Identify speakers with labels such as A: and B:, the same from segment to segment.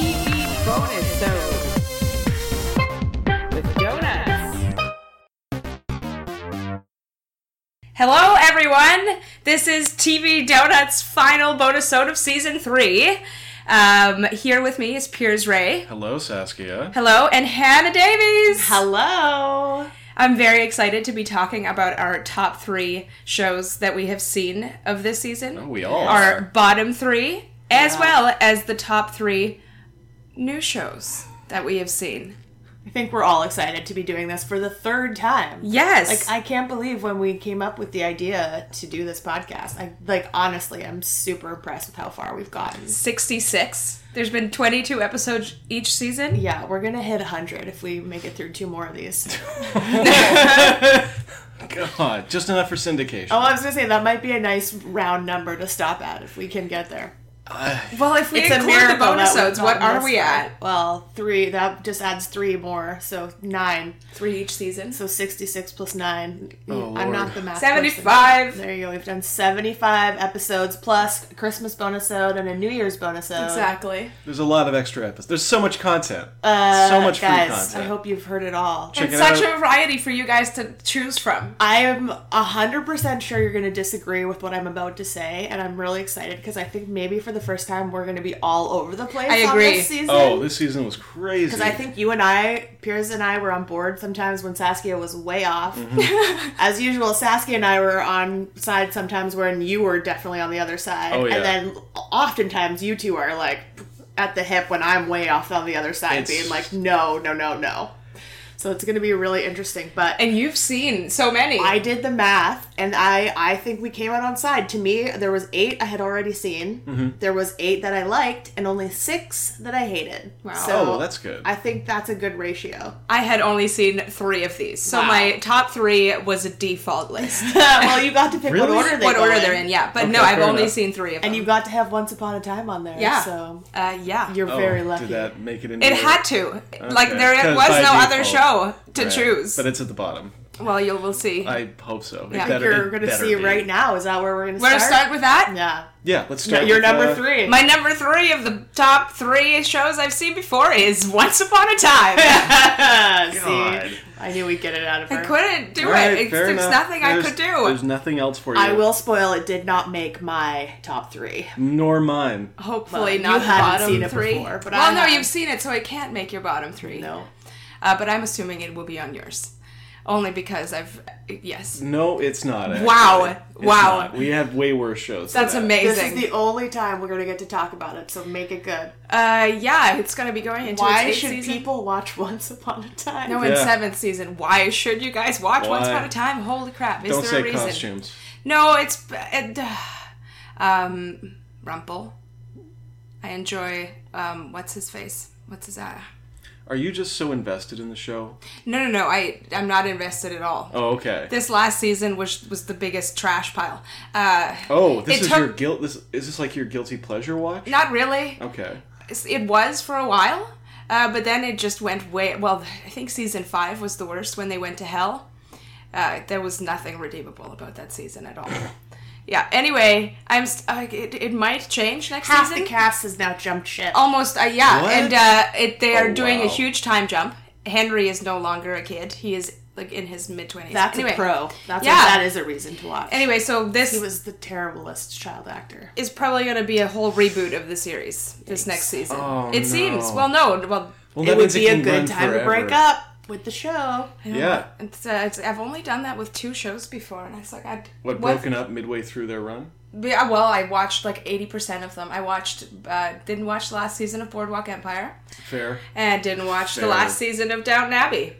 A: E bonus so with donuts.
B: Hello, everyone. This is TV Donuts' final bonus episode of season three. Um, here with me is Piers Ray.
C: Hello, Saskia.
B: Hello, and Hannah Davies.
A: Hello.
B: I'm very excited to be talking about our top three shows that we have seen of this season.
C: Oh, we all
B: our
C: are.
B: bottom three, as well as the top three new shows that we have seen.
A: I think we're all excited to be doing this for the third time. Like
B: Yes,
A: I can't believe when we came up with the idea to do this podcast. I like honestly, I'm super impressed with how far we've gotten.
B: 66. There's been 22 episodes each season.
A: Yeah, we're gonna hit 100 if we make it through two more of these.
C: God, just enough for syndication.
A: Oh, I was gonna say that might be a nice round number to stop at if we can get there.
C: Uh,
B: Well, if we include the
A: miracle that we've
B: bonusodes, what
A: gotten
B: are
A: this
B: we
A: far.
B: at?
A: Well, three. That just adds three more, so nine.
B: Three each season.
A: So sixty-six plus nine.
C: Oh,
A: I'm not
C: Lord.
A: the math. person.
B: 75.
A: There you go. We've done seventy-five episodes plus a Christmas bonus episode and a New Year's bonus episode.
B: Exactly.
C: There's a lot of extra episodes. There's so much content.
A: Uh,
C: so much
A: guys,
C: free content.
A: I hope you've heard it all.
C: Check
B: it's
C: it
B: such
C: out.
B: a variety for you guys to choose from.
A: I am 100% sure you're going to disagree with what I'm about to say, and I'm really excited because I think maybe for the first time we're going to be all over the place
B: I
A: on
B: agree.
A: this season.
C: oh, this season was crazy. Oh,
A: Because I think you and I, Piers and I, were on board sometimes when Saskia was way off.
C: Mm-hmm.
A: As usual, Saskia and I were on side sometimes when you were definitely on the other side.
C: Oh, yeah.
A: And then oftentimes you two are like at the hip when I'm way off on the other side,
C: It's-
A: being like, no, no, no, no. So it's going to be really interesting. But
B: And you've seen so many.
A: I did the math, and I I think we came out on side. To me, there was eight I had already seen.
C: Mm-hmm.
A: There was eight that I liked, and only six that I hated.
B: Wow.
A: So
C: Oh, that's good.
A: I think that's a good ratio.
B: I had only seen three of these, so
A: Wow.
B: my top three was a default list.
A: well, you got to pick
C: Really?
A: what order they
B: what
A: go
B: order
A: in,
B: they're in, yeah. But
C: Okay,
B: no, I've
C: fair
B: only
C: enough.
B: seen three of them.
A: and you got to have Once Upon a Time on there.
B: yeah,
A: So
B: uh, yeah.
A: you're
C: Oh,
A: very lucky.
C: Did that make it into
B: it
C: your-
B: had to. Like
C: Okay.
B: there
C: 'Cause
B: was
C: by
B: no other show
C: default.
B: to
C: Right.
B: choose.
C: But it's at the bottom.
B: well, you will see.
C: I hope so. It
B: Yeah.
C: better-
A: You're
C: it
A: gonna
C: better
A: see
C: be.
A: right now. Is that where we're gonna
B: We're gonna
A: start?
B: start with that.
A: Yeah.
C: Yeah, let's start.
A: You're
C: with,
A: number
C: uh,
A: three.
B: My number three of the top three shows I've seen before is Once Upon a Time.
A: See,
C: God.
A: I knew we'd get it out of her.
B: I couldn't do
C: All right,
B: it. It's,
C: fair
B: there's
C: enough.
B: nothing
C: There's-
B: I could do.
C: There's nothing else for you.
A: I will spoil. It did not make my top three.
C: Nor mine.
B: Hopefully
A: Well,
B: not
A: you
B: the
A: hadn't
B: bottom
A: seen it
B: three.
A: before, but
B: well,
A: I
B: no,
A: have.
B: you've seen it, so it can't make your bottom three.
A: No.
B: uh, but I'm assuming it will be on yours, only because I've yes.
C: No, it's not. actually.
B: Wow.
C: It's
B: Wow.
C: not. We have way worse shows. than
B: That's
C: that.
A: This
B: amazing.
A: is the only time we're gonna get to talk about it, so make it good.
B: uh, yeah, it's going to be going into
A: Why
B: its eighth
A: should
B: season.
A: people watch Once Upon a Time?
B: No,
C: Yeah.
B: in seventh season. Why should you guys watch Once
C: Why?
B: Upon a Time? Holy crap! Is
C: Don't
B: there
C: say
B: a reason?
C: costumes.
B: No, it's it, uh, um, Rumple. I enjoy um, what's his face? What's his eye?
C: Are you just so invested in the show?
B: No, no, no. I I'm not invested at all.
C: Oh, okay.
B: This last season was was the biggest trash pile. Uh,
C: oh, this
B: it
C: is
B: took-
C: your guilt. This is this like your guilty pleasure watch?
B: Not really.
C: Okay.
B: It was for a while, uh, but then it just went way. Well, I think season five was the worst when they went to hell. Uh, there was nothing redeemable about that season at all. yeah. Anyway, I'm. St- uh, it, it might change next
A: half
B: season.
A: the cast has now jumped ship.
B: Almost. Uh, yeah.
C: What?
B: And uh, it, they are
C: Oh,
B: doing a
C: wow.
B: huge time jump. Henry is no longer a kid. He is like in his mid twenties.
A: That's
B: anyway,
A: a pro. That's
B: Yeah.
A: a, that is a reason to watch.
B: Anyway, so this
A: he was the terriblest child actor.
B: is probably going to be a whole reboot of the series this next season.
C: Oh,
B: it seems.
C: no.
B: Well, no. Well,
C: Well,
A: it
C: that
A: would
C: means
A: be
C: it
A: a
C: can
A: good
C: run
A: time to
C: forever.
A: break up with the show.
C: Yeah.
B: it's, uh, it's, I've only done that with two shows before, and I was like, I
C: What, broken up midway through their run?
B: Yeah, well, I watched like eighty percent of them. I watched, uh, didn't watch the last season of Boardwalk Empire,
C: Fair.
B: and didn't watch the
C: Fair.
B: last season of Downton Abbey.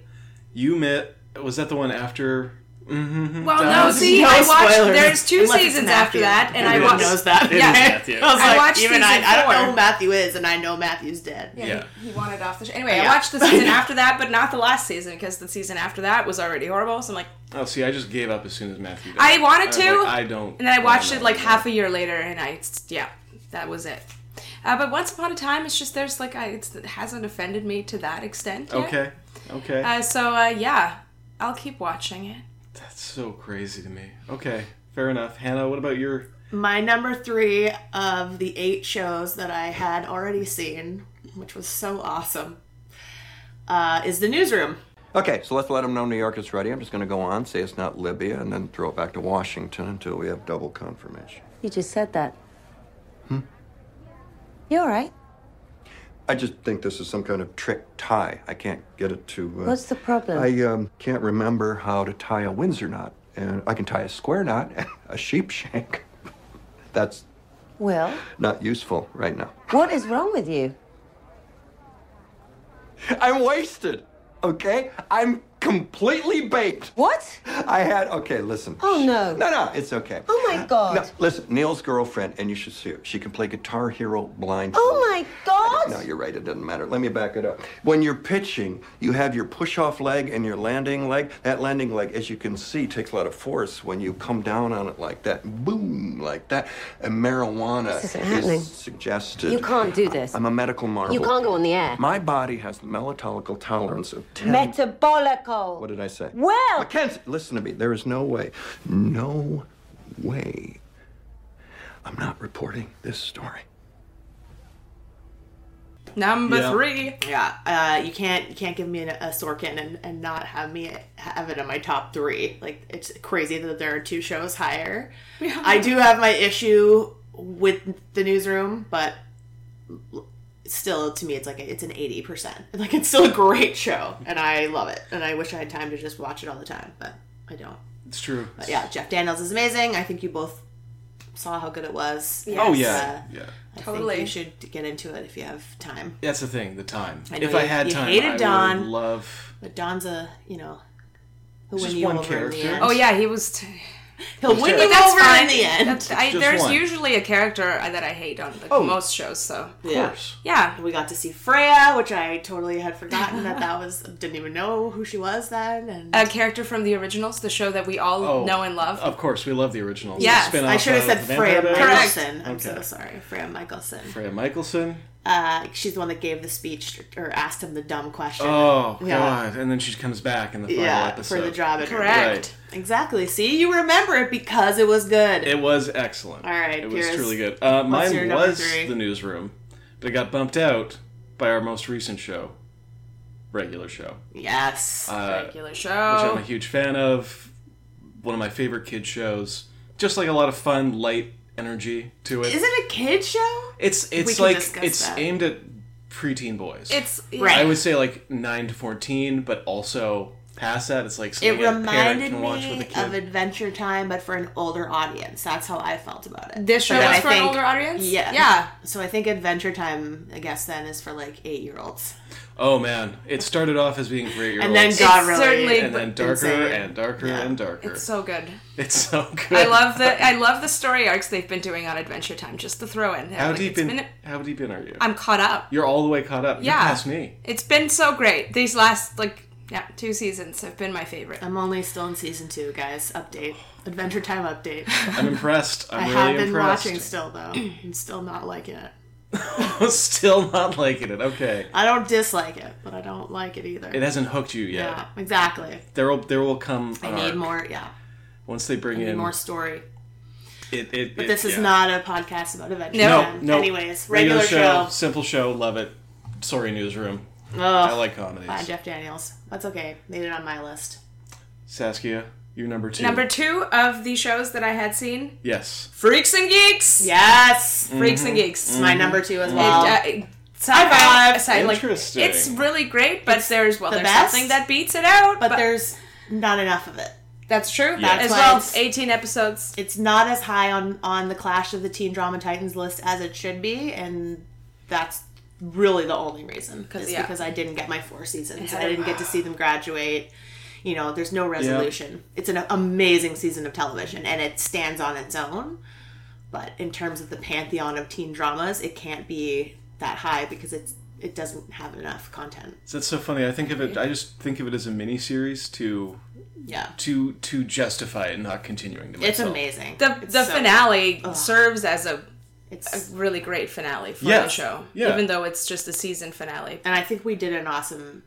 C: You met. Was that the one after? Mm-hmm.
B: Well, no,
C: Downton-
B: see,
A: Oh, No
B: I watched.
A: spoilers.
B: There's two
A: Unless it's
B: seasons after
A: Matthew.
B: that, and I
C: Everyone
B: watched.
A: knows that.
B: Yeah.
C: Matthew.
A: I was
B: I
A: like,
B: watched
A: even I,
B: season
A: I don't
B: four.
A: know who Matthew is, and I know Matthew's dead.
B: Yeah,
C: Yeah.
B: He, he wanted off the show. Anyway,
A: Yeah.
B: I watched the season after that, but not the last season because the season after that was already horrible. So I'm like,
C: Oh, see, I just gave up as soon as Matthew. Died.
B: I wanted to.
C: I, was like, I don't.
B: And then I watched
C: don't
B: it
C: know
B: like
C: anymore.
B: half a year later, and I yeah, that was it. Uh, but once upon a time, it's just there's like I, it's, it hasn't offended me to that extent. Yet.
C: Okay. Okay.
B: Uh, so uh, yeah, I'll keep watching it.
C: That's so crazy to me. Okay. Fair enough. Hannah, what about your?
A: My number three of the eight shows that I had already seen which was so awesome, uh, is the newsroom.
D: Okay, so let's let them know New York is ready. I'm just going to go on, say it's not Libya, and then throw it back to Washington until we have double confirmation.
E: You just said that. Hmm? You all right?
D: I just think this is some kind of trick tie. I can't get it to. Uh,
E: What's the problem?
D: I um, can't remember how to tie a Windsor knot, and I can tie a square knot, and a sheep shank. That's
E: Well,
D: not useful right now.
E: what is wrong with you?
D: I'm wasted. Okay, I'm completely baked.
E: What?
D: I had okay. Listen.
E: Oh, no.
D: No, no, it's okay.
E: Oh, my God.
D: No, listen, Neil's girlfriend, and you should see her. She can play Guitar Hero blind.
E: Oh my God!
D: No, you're right. It doesn't matter. Let me back it up. When you're pitching, you have your push-off leg and your landing leg. That landing leg, as you can see, takes a lot of force when you come down on it like that. Boom, like that. And marijuana
E: This isn't happening.
D: is suggested.
E: You can't do this.
D: I'm a medical marvel.
E: You can't go on the air.
D: My body has the metabolical tolerance of 10.
E: Metabolical.
D: What did I say?
E: Well-
D: Mackenzie, listen to me. There is no way, no way. I'm not reporting this story.
B: Number
C: Yeah.
B: three.
A: Yeah, uh, you can't you can't give me an, a Sorkin and, and not have me have it in my top three. Like it's crazy that there are two shows higher. I do have my issue with the newsroom, but still, to me, it's like a, it's an eighty percent. Like it's still a great show, and I love it. And I wish I had time to just watch it all the time, but I don't.
C: It's true.
A: But yeah, Jeff Daniels is amazing. I think you both saw how good it was.
C: Oh yeah,
A: Uh,
C: yeah.
A: I
B: Totally.
A: think you should get into it if you have time.
C: That's the thing. The time.
A: I know
C: If I
A: you-
C: had
A: you
C: time,
A: hated
C: I would
A: Don.
C: love.
A: But Don's a, you know, he'll
C: Just
A: win you
C: one
A: over in
C: character.
A: the end.
B: Oh yeah, he was. T-
A: he'll win you
B: That's
A: over
B: fine.
A: in the end.
B: That's- I,
C: Just
B: there's
C: one. Oh.
B: usually a character that I hate on the, most shows. So
A: yeah.
C: Of course.
B: yeah,
A: We got to see Freya, which I totally had forgotten that that was didn't even know who she was then. And
B: a character from the originals, the show that we all
C: Oh,
B: know and love.
C: Of course, we love the original.
B: Yes,
C: The spin-off
A: I should have
C: of
A: said
C: Vampire
A: Freya
C: Diaries.
B: Correct.
A: Michelson. I'm so
C: Okay.
A: sorry, Freya Michelson.
C: Freya Michelson.
A: Uh, she's the one that gave the speech or asked him the dumb question.
C: Oh
A: Yeah.
C: God! And then she comes back in the final
A: yeah,
C: episode
A: for the job interview.
B: Correct.
C: Right.
A: Exactly. See, you remember it because it was good.
C: It was excellent.
A: All right,
C: it
A: Piers,
C: was truly good. Uh,
A: your
C: mine
A: number
C: was
A: three?
C: the newsroom, but it got bumped out by our most recent show, regular show,
A: yes.
C: Uh,
B: Regular
C: which
A: Oh.
B: show.
C: I'm a huge fan of. One of my favorite kid shows. Just like a lot of fun, light energy to it.
A: Is it a kid show?
C: it's
A: We
C: it's
A: can
C: like
A: discuss
C: it's
A: that.
C: aimed at preteen boys.
B: It's
A: Right.
C: I would say like nine to fourteen, but also past that, it's like
A: It
C: something a parent
A: reminded
C: can watch with a
A: me
C: kid.
A: of Adventure Time, but for an older audience. That's how I felt about it.
B: This show
A: But
B: was
A: I
B: for an
A: think-
B: older audience.
A: Yeah.
B: yeah.
A: So I think Adventure Time, I guess, then is for like eight year olds.
C: Oh man, it started off as being great.
A: And then
C: olds,
A: got
B: It's
A: really.
B: certainly-
C: and then darker
A: insane.
C: and darker
A: Yeah.
C: and darker.
B: It's so good.
C: It's so good.
B: I love the I love the story arcs they've been doing on Adventure Time. Just to throw in.
C: How
B: Like,
C: deep
B: it's
C: in?
B: been-
C: How deep in are you?
B: I'm caught up.
C: You're all the way caught up.
B: Yeah.
C: You're past me.
B: It's been so great. These last like yeah two seasons have been my favorite.
A: I'm only still in season two, guys. Update. Adventure Time update.
C: I'm impressed. I'm
A: I
C: really
A: have been
C: impressed.
A: watching still, though. I'm still not liking it.
C: Still not liking it. Okay,
A: I don't dislike it, but I don't like it either.
C: it hasn't hooked you yet.
A: yeah, exactly.
C: There will there will come.
A: I
C: an
A: need
C: arc.
A: more. Yeah,
C: once they bring
A: need
C: in
A: more story.
C: It, it,
A: But
C: it-
A: this is
C: yeah.
A: not a podcast about Adventure
B: No.
C: No,
A: Time.
C: no.
A: Anyways, regular, show.
C: simple show. Love it. Sorry, newsroom.
B: Oh,
C: I
A: Ugh.
C: like comedies.
A: By Jeff Daniels. That's okay. Made it on my list.
C: Saskia, you're number two.
B: Number two of the shows that I had seen,
C: yes.
B: Freaks and Geeks.
A: Yes,
B: Freaks and Geeks.
A: my number two as well.
B: It, uh, sci-fi
A: Mm-hmm. five.
B: aside, like,
C: Interesting.
B: it's really great, but there's well,
A: the
B: there's
A: best,
B: something that beats it out.
A: but, there's not enough of it.
B: that's true.
C: That's
B: as
A: why
B: well,
A: it's-
B: eighteen episodes.
A: It's not as high on on the Clash of the Teen Drama Titans list as it should be, and that's really the only reason. Because
B: yeah.
A: because I didn't get my four seasons, I didn't get to see them graduate. You know, there's no resolution. It's an amazing season of television, and it stands on its own. But in terms of the pantheon of teen dramas, it can't be that high because it's it doesn't have enough content.
C: That's so funny. I think of it. I just think of it as a mini series to
A: Yeah,
C: to to justify it not continuing to myself.
A: it's amazing.
B: The
A: It's
B: the
A: so-
B: finale serves as a
A: It's
B: really great finale for
C: Yeah.
B: the show,
C: Yeah.
B: even though it's just a season finale.
A: and I think we did an awesome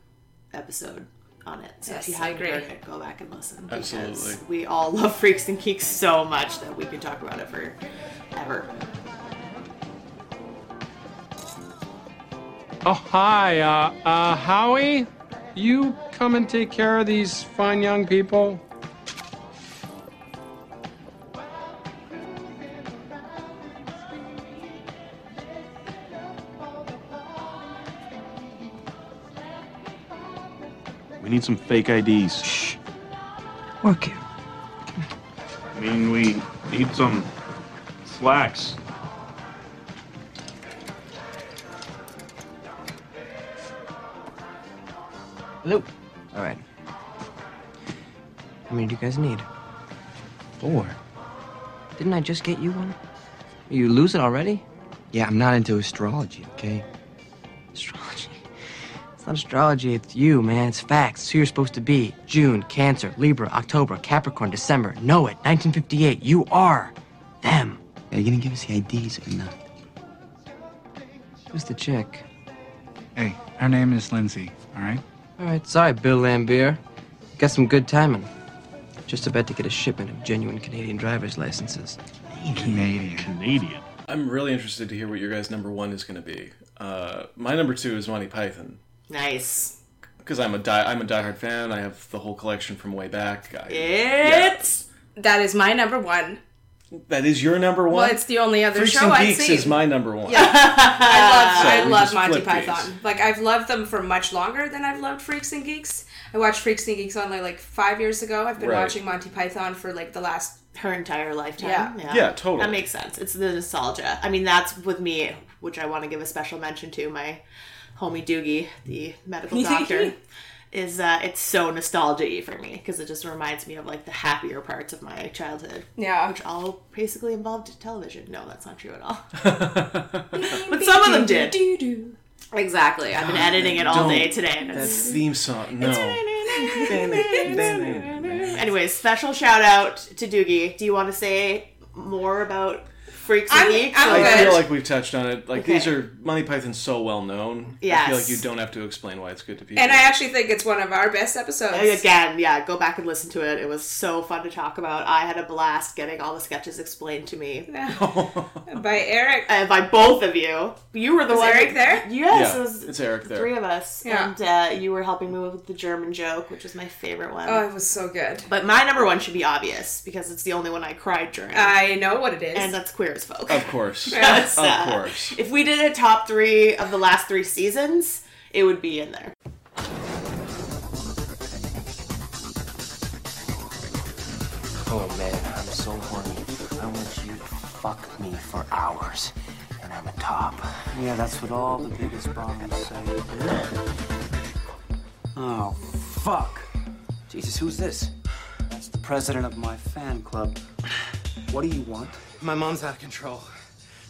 A: episode on it. So
B: Yes,
A: if you
B: I
A: haven't
B: agree.
A: heard it, go back and listen because
C: Absolutely.
A: we all love Freaks and Geeks so much that we could talk about it for ever.
F: Oh, hi, uh, uh, Howie? You come and take care of these fine young people?
G: We need some fake IDs. Shh.
H: Work it.
G: I mean, we need some slacks.
H: Hello. All right. How many do you guys need? Four. Didn't I just get you one? You lose it already? Yeah, I'm not into astrology, okay? Astrology? It's not astrology, it's you, man. It's facts. It's who you're supposed to be. June, Cancer, Libra, October, Capricorn, December. Know it. 1958. You are them. Are you gonna give us the IDs or not? Who's the chick?
I: Hey, her name is Lindsay, all right?
H: All right, sorry, Bill Lambier. Got some good timing. Just about to get a shipment of genuine Canadian driver's licenses.
I: Canadian.
G: Canadian.
C: I'm really interested to hear what your guys' number one is going to be. Uh, my number two is Monty Python
A: Nice.
C: because I'm a die I'm a diehard fan. I have the whole collection from way back. I,
A: It's
B: That is my number one.
C: That is your number one.
B: Well, it's the only other
C: Freaks
B: show
C: and
B: I've
C: Geeks
B: seen.
C: is my number one. So
B: I love, I
C: we
B: love
C: just
B: Monty
C: flip these.
B: Python. Like I've loved them for much longer than I've loved Freaks and Geeks. I watched Freaks and Geeks only like five years ago. I've been
C: Right.
B: watching Monty Python for like the last.
A: her entire lifetime.
B: Yeah.
C: Yeah, totally.
A: That makes sense. It's the nostalgia. I mean, that's with me, which I want to give a special mention to my homie Doogie, the medical doctor. Is uh, it's so nostalgia for me because it just reminds me of like the happier parts of my childhood,
B: Yeah,
A: which all basically involved television. No, that's not true at all. but some of them did.
B: did.
A: Exactly. I've been editing it all
C: Don't.
A: day today. And Mm-hmm. it's...
C: That's theme song. No.
A: Anyways, special shout out to Doogie. Do you want to say more about Freaks
B: I'm-
A: and Geeks?
B: I'm
A: Like-
B: good.
C: I feel like we've touched on it. Like
A: Okay.
C: these are Monty Python's so well known. I feel
A: Yes.
C: like you don't have to explain why it's good to people.
B: And I actually think it's one of our best episodes.
A: Again, yeah, go back and listen to it. It was so fun to talk about. I had a blast getting all the sketches explained to me
B: By Eric.
A: and by both of you. You were the
B: Was
A: one.
B: Eric there?
A: Yes,
C: yeah,
A: it was
C: it's Eric there.
A: three of us,
B: Yeah.
A: and uh, you were helping me with the German joke, which was my favorite one.
B: Oh, it was so good.
A: but my number one should be obvious because it's the only one I cried during,
B: I know what it is.
A: and that's queer as folk.
C: Uh, Of course.
A: That's,
C: of
A: uh,
C: course.
A: If we did a top three of the last three seasons, it would be in there.
H: Oh man, I'm so horny. I want you to fuck me for hours. And I'm a top. Yeah, that's what all the biggest bombs say. Oh, fuck. Jesus, who's this? That's the president of my fan club. What do you want?
J: My mom's out of control.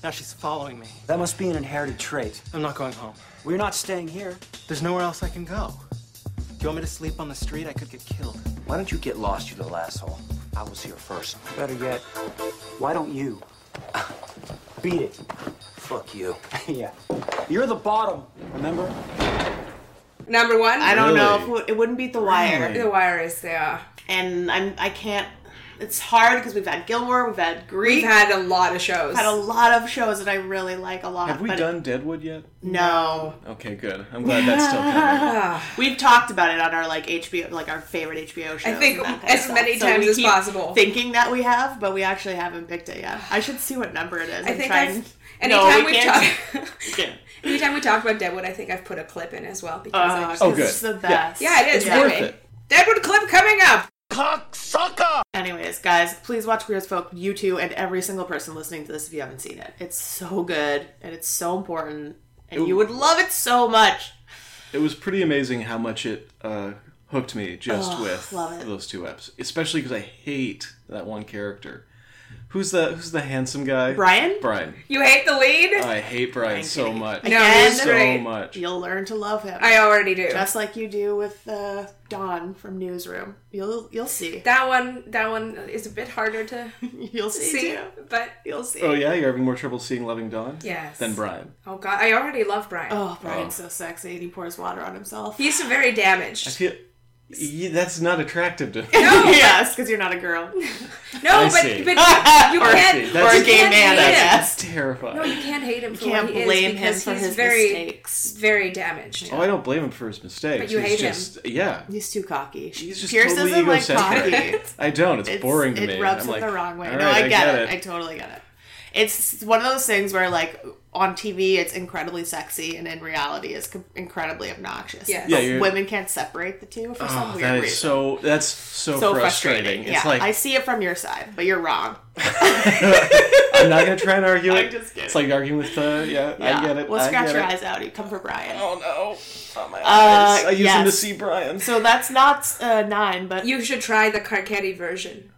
J: Now she's following me.
H: That must be an inherited trait.
J: I'm not going home.
H: We're not staying here.
J: There's nowhere else I can go. Do you want me to sleep on the street? I could get killed.
H: Why don't you get lost, you little asshole? I was here first. Better yet, why don't you? Beat it. Fuck you. yeah. You're the bottom, remember?
B: Number one.
A: I don't know
C: Really?
A: if it wouldn't beat The Wire.
B: The Wire is there.
A: and I'm I can't. It's hard because we've had Gilmore, we've had Greek,
B: We've had a lot of shows.
A: had a lot of shows that I really like a lot.
C: Have we
A: but
C: done Deadwood yet?
A: No,
C: Okay, good. I'm glad that's still coming.
A: we've talked about it on our like HBO, like our favorite HBO shows.
B: I think
A: and that kind of
B: as
A: stuff.
B: many
A: So
B: times
A: we
B: as
A: keep
B: possible.
A: Thinking that we have, but we actually haven't picked it yet. I should see what number it is.
B: I
A: and
B: think
A: try
B: I've.
A: and
B: Anytime
A: No, we
B: we've
A: can't.
B: talked.
A: Okay.
B: Anytime we talk about Deadwood, I think I've put a clip in as well because I
A: Uh,
B: just-
C: Oh,
A: oh,
C: good.
A: It's the
C: Yeah.
A: best.
B: yeah, it is.
A: Yeah.
B: anyway. Deadwood clip coming up.
A: Anyways, guys, please watch Queer as Folk, you two, and every single person listening to this if you haven't seen it. It's so good and it's so important, and you would love it so much.
C: It was pretty amazing how much it uh, hooked me just with
A: love it.
C: those two eps, especially because I hate that one character. Who's the Who's the handsome guy?
A: Brian?
C: Brian.
B: You hate the lead?
C: I hate Brian so
A: kidding.
C: much.
B: No,
A: Again,
B: he's
C: so
B: great.
C: much.
A: You'll learn to love him.
B: I already do.
A: just like you do with uh, Dawn from Newsroom. You'll you'll see.
B: that one that one is a bit harder to
A: You'll see.
B: see,
A: too.
B: but
A: You'll see.
C: Oh yeah, you're having more trouble seeing Loving Dawn.
B: Yes.
C: Than Brian.
B: oh god, I already love Brian.
C: Oh.
A: Oh, Brian's so sexy, and he pours water on himself.
B: He's very
C: I
B: damaged.
C: feel. Y- that's not attractive to me.
A: yes, because you're not a girl.
B: No,
C: I
B: but,
C: see.
B: but you
A: Or a
B: can't.
A: gay- or a
B: you
A: gay
B: can't
A: man,
B: hate
A: I
B: him.
A: guess.
C: That's terrifying.
B: No, you can't hate him. For
A: can't
B: what he
A: blame
B: is
A: him
B: because
A: for
B: he's
A: his
B: very,
A: mistakes.
B: Very damaged.
C: Oh, I don't blame him for his mistakes.
B: But you
C: He's
B: hate him.
C: just, Yeah.
A: He's too cocky.
C: He's just
A: Pierce
C: totally
A: isn't like
C: egocentric.
A: cocky.
C: I don't. It's, boring to
A: it
C: me.
A: rubs
C: I'm
A: it
C: like,
A: the wrong way.
C: "All
A: no,
C: right,
A: I get, it. I totally get it. It's one of those things where, like, on TV, it's incredibly sexy, and in reality, it's com- incredibly obnoxious.
B: Yes.
C: Yeah,
A: But
C: you're-
A: women can't separate the two for
C: Oh,
A: some weird
C: that is
A: reason.
C: so. That's so,
A: So
C: frustrating. It's
A: yeah,
C: like
A: I see it from your side, but you're wrong.
C: I'm not gonna try and argue it.
A: just kidding.
C: It's like arguing with the yeah.
A: Yeah.
C: I get it.
A: Well,
C: I
A: scratch
C: get
A: your
C: it.
A: eyes out. You come for Brian.
C: Oh no! Oh, my
A: eyes.
C: I
A: I
C: use
A: use yes.
C: them
A: them
C: to
A: to
C: see Brian.
A: So that's not uh, nine, but
B: You should try the Carcetti version.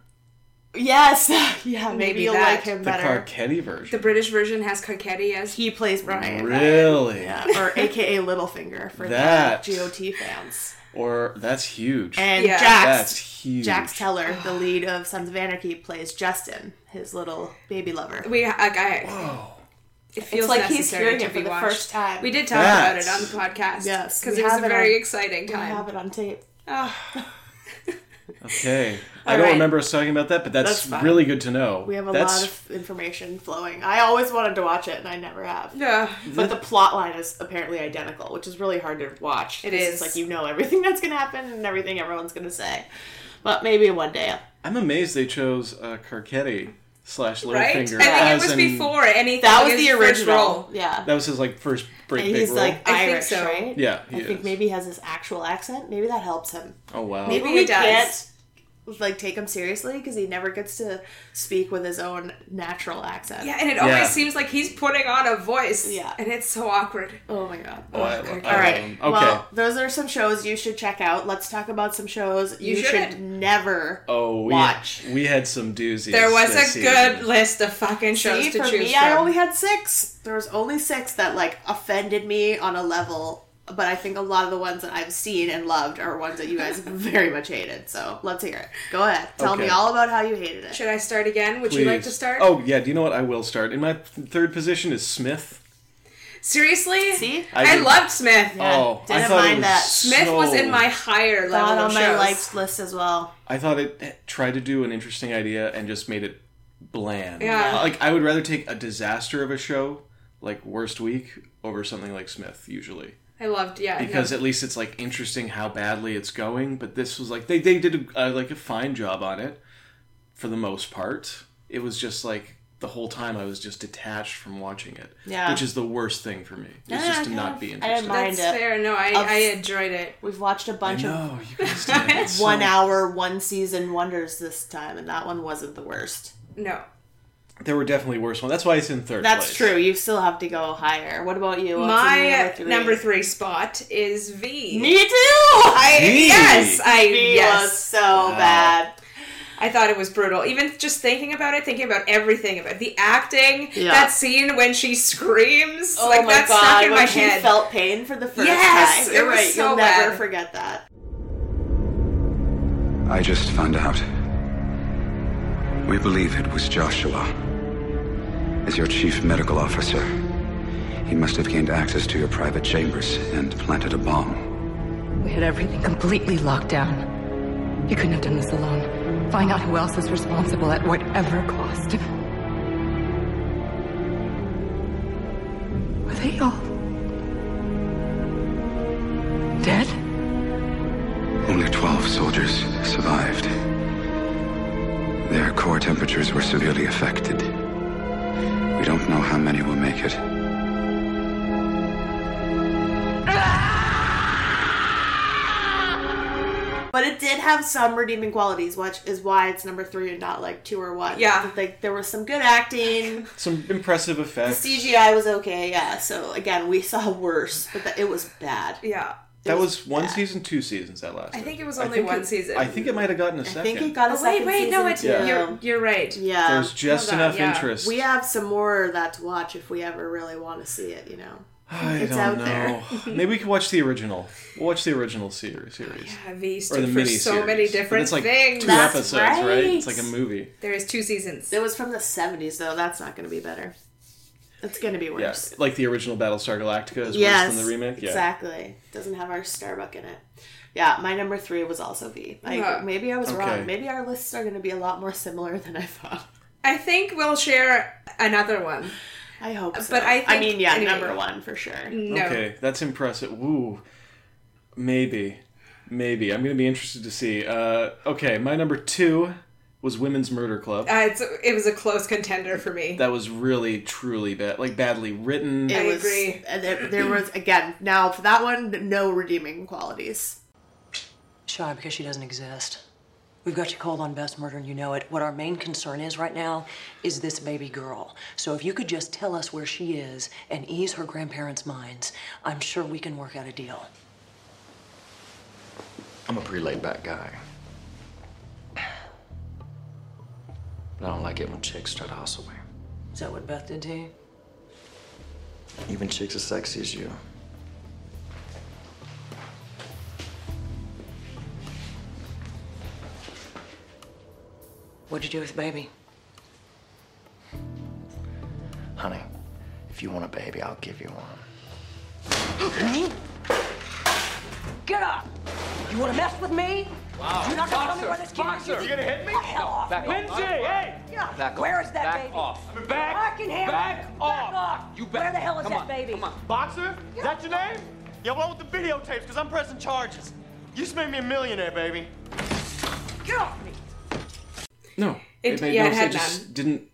A: yes, yeah, maybe,
B: Maybe
A: you'll
B: that.
A: like him
C: The
A: better.
C: Carcetti version.
B: The British version has Carcetti as
A: He plays Brian,
C: Really?
A: yeah, or AKA Littlefinger for
C: That.
A: the GOT fans,
C: Or that's huge.
A: and
B: Yeah.
C: that's
A: Jax.
C: huge.
A: Jax Teller, the lead of Sons of Anarchy, plays Justin, his little baby lover.
B: we. Like, I, It feels
A: It's like he's
B: necessary
A: hearing
B: to
A: it
B: be
A: for the
B: watched.
A: first time.
B: We did talk
C: That's-
B: about it on the podcast.
A: Yes,
B: because
A: we
B: it was a
A: have it
B: very
A: on-
B: exciting
A: I
B: time. Ah,
A: have it on tape.
C: Okay. I don't
B: right.
C: remember us talking about that, but that's,
A: That's fine.
C: really good to know.
A: We have a
C: that's,
A: lot of information flowing. I always wanted to watch it, and I never have.
B: Yeah.
A: But the plot line is apparently identical, which is really hard to watch.
B: It
A: 'cause
B: is.
A: It's like you know everything that's going to happen and everything everyone's going to say. But maybe one day.
C: I'm amazed they chose uh, Carcetti slash
B: Right? I
C: Littlefinger.
B: think it was
C: as in-
B: before anything.
A: That was
B: his
A: the
B: first
A: original.
B: role.
A: Yeah.
C: That was his like first break
A: and
C: big
A: he's
C: role.
A: like
B: I think
A: Irish,
B: so.
A: right?
C: Yeah, he
A: I think
C: is.
A: maybe he has his actual accent. Maybe that helps him.
C: oh wow.
A: Maybe
B: He
A: we
B: does.
A: can't like take him seriously because he never gets to speak with his own natural accent.
B: Yeah, and it
C: Yeah.
B: always seems like he's putting on a voice.
A: Yeah.
B: and it's so awkward.
A: Oh my god.
C: Oh, I- I love
A: All right.
C: him. Okay.
A: Well, those are some shows you should check out. Let's talk about some shows you, should
B: shouldn't.
A: never
C: oh, we
A: watch.
C: we had some doozies.
B: There was
C: this
B: a
C: season.
B: good list of fucking shows
A: See,
B: to
A: for
B: choose
A: me,
B: from.
A: I only had six. There was only six that like offended me on a level, but I think a lot of the ones that I've seen and loved are ones that you guys very much hated. So let's hear it. Go ahead. Tell
C: Okay.
A: me all about how you hated it.
B: Should I start again? Would you like to
C: Please.
B: start?
C: Oh yeah. Do you know what? I will start. In my third position is Smith.
B: seriously?
A: See?
C: I
B: I,
C: did-
B: loved Smith.
C: oh, I
A: didn't
C: thought it
A: mind
C: was
A: that.
B: Smith was
C: so-
B: in my higher level
A: Not
B: of
A: on my
B: shows.
A: liked list as well.
C: I thought it tried to do an interesting idea and just made it bland.
B: Yeah.
C: Like I would rather take a disaster of a show like Worst Week over something like Smith usually.
B: I loved, yeah. no.
C: because at least it's like interesting how badly it's going. But this was like they they did a, uh, like a fine job on it for the most part. It was just like the whole time I was just detached from watching it,
A: Yeah.
C: which is the worst thing for me. It's just to not be
A: I didn't
C: interested.
A: mind
B: That's
A: it.
B: fair. No, I,
A: Of-
B: I enjoyed it.
A: We've watched a bunch of
C: No, you guys did it. So-
A: one hour, one season wonders this time, and that one wasn't the worst.
B: No.
C: There were definitely worse ones. That's why it's in third.
A: That's
C: place.
A: true. You still have to go higher. What about you? What's in
B: my number three spot is V.
A: Me too. I
C: V.
B: Yes, I
A: He was
B: yes.
A: so bad.
B: I thought it was brutal. Even just thinking about it, thinking about everything about it. the acting,
A: Yeah.
B: that scene when she screams,
A: Oh
B: like
A: my
B: that
A: god,
B: stuck in
A: when
B: my
A: she
B: head.
A: felt pain for the first
B: Yes,
A: time.
B: it
A: You're
B: was
A: right.
B: so
A: You'll never
B: bad.
A: forget that.
I: I just found out. We believe it was Joshua. As your chief medical officer, he must have gained access to your private chambers and planted a bomb.
K: We had everything completely locked down. You couldn't have done this alone. Find out who else is responsible at whatever cost. Were they all dead?
I: Only 12 soldiers survived. Their core temperatures were severely affected. We don't know how many will make it.
A: But it did have some redeeming qualities, which is why it's number three and not like two or one.
B: Yeah.
A: Like there was some good acting.
C: Some impressive effects.
A: CGI was okay, yeah. So again, we saw worse, but that it was bad.
B: yeah.
C: that was one season, two seasons that lasted.
B: I think it was
C: I
B: only
C: think
B: one
C: it-
B: season.
C: I think it might have gotten a second.
A: I think it got a
B: Oh, wait,
A: second
B: wait, no, it's
A: season too.
B: you're you're right.
A: yeah.
C: There's just
B: Hold on,
C: enough
B: yeah.
C: interest.
A: we have some more of that to watch if we ever really want to see it, you know.
C: I
A: It's
C: don't
A: out
C: know. Maybe we could watch the original. We'll watch the original series. series.
B: Yeah, V
C: or the
B: stood for
C: mini
B: so many different
C: it's like
B: things.
C: Two
A: That's
C: episodes, right.
A: right.
C: It's like a movie.
B: There is two seasons.
A: It was from the seventies though, that's not gonna be better. It's gonna be
C: Yeah,
A: worse.
C: like the original Battlestar Galactica is
A: yes,
C: worse than the remake. Yeah.
A: exactly. Doesn't have our Starbuck in it. Yeah, my number three was also V. I
B: Yeah.
A: maybe I was
C: Okay.
A: wrong. Maybe our lists are gonna be a lot more similar than I thought.
B: I think we'll share another one.
A: I hope so.
B: But I
A: I
B: think-
A: mean, yeah,
B: anyway. Mm,
A: number one for sure.
B: No.
C: Okay, that's impressive. Woo. Maybe. Maybe. I'm going to be interested to see. Uh, okay, my number two was Women's Murder Club.
B: Uh, it's, it was a close contender for me.
C: that was really, truly bad. Like, badly written.
A: It was, and There, there was again now for that one, no redeeming qualities.
L: Shy because she doesn't exist. We've got you called on best murder and you know it. What our main concern is right now is this baby girl. So if you could just tell us where she is and ease her grandparents' minds, I'm sure we can work out a deal.
M: I'm a pretty laid back guy. But I don't like it when chicks try to hustle me.
L: Is that what Beth did to you?
M: Even chicks as sexy as you.
L: What'd you do with baby?
M: Honey, if you want a baby, I'll give you one.
L: Get up! You want to mess with me? Wow. You're not gonna tell me where this kid is.
N: Boxer, you gonna hit me?
L: Get the hell off
N: Back
L: me.
N: off. Lindsay, hey!
L: Get up.
N: Back off.
L: Where is that
N: Back
L: baby?
N: off. I mean, back-
L: I can hear
N: back
L: him.
N: off.
L: Back off.
N: You back-
L: Where the hell is
N: come
L: that
N: on,
L: baby?
N: Boxer? Is that your name? Yeah, well, with the videotapes, because I'm pressing charges. You just made me a millionaire, baby.
L: Get off me.
C: No.
B: It-
C: made
B: yeah,
C: no
B: it
C: sense.
B: had
C: just didn't.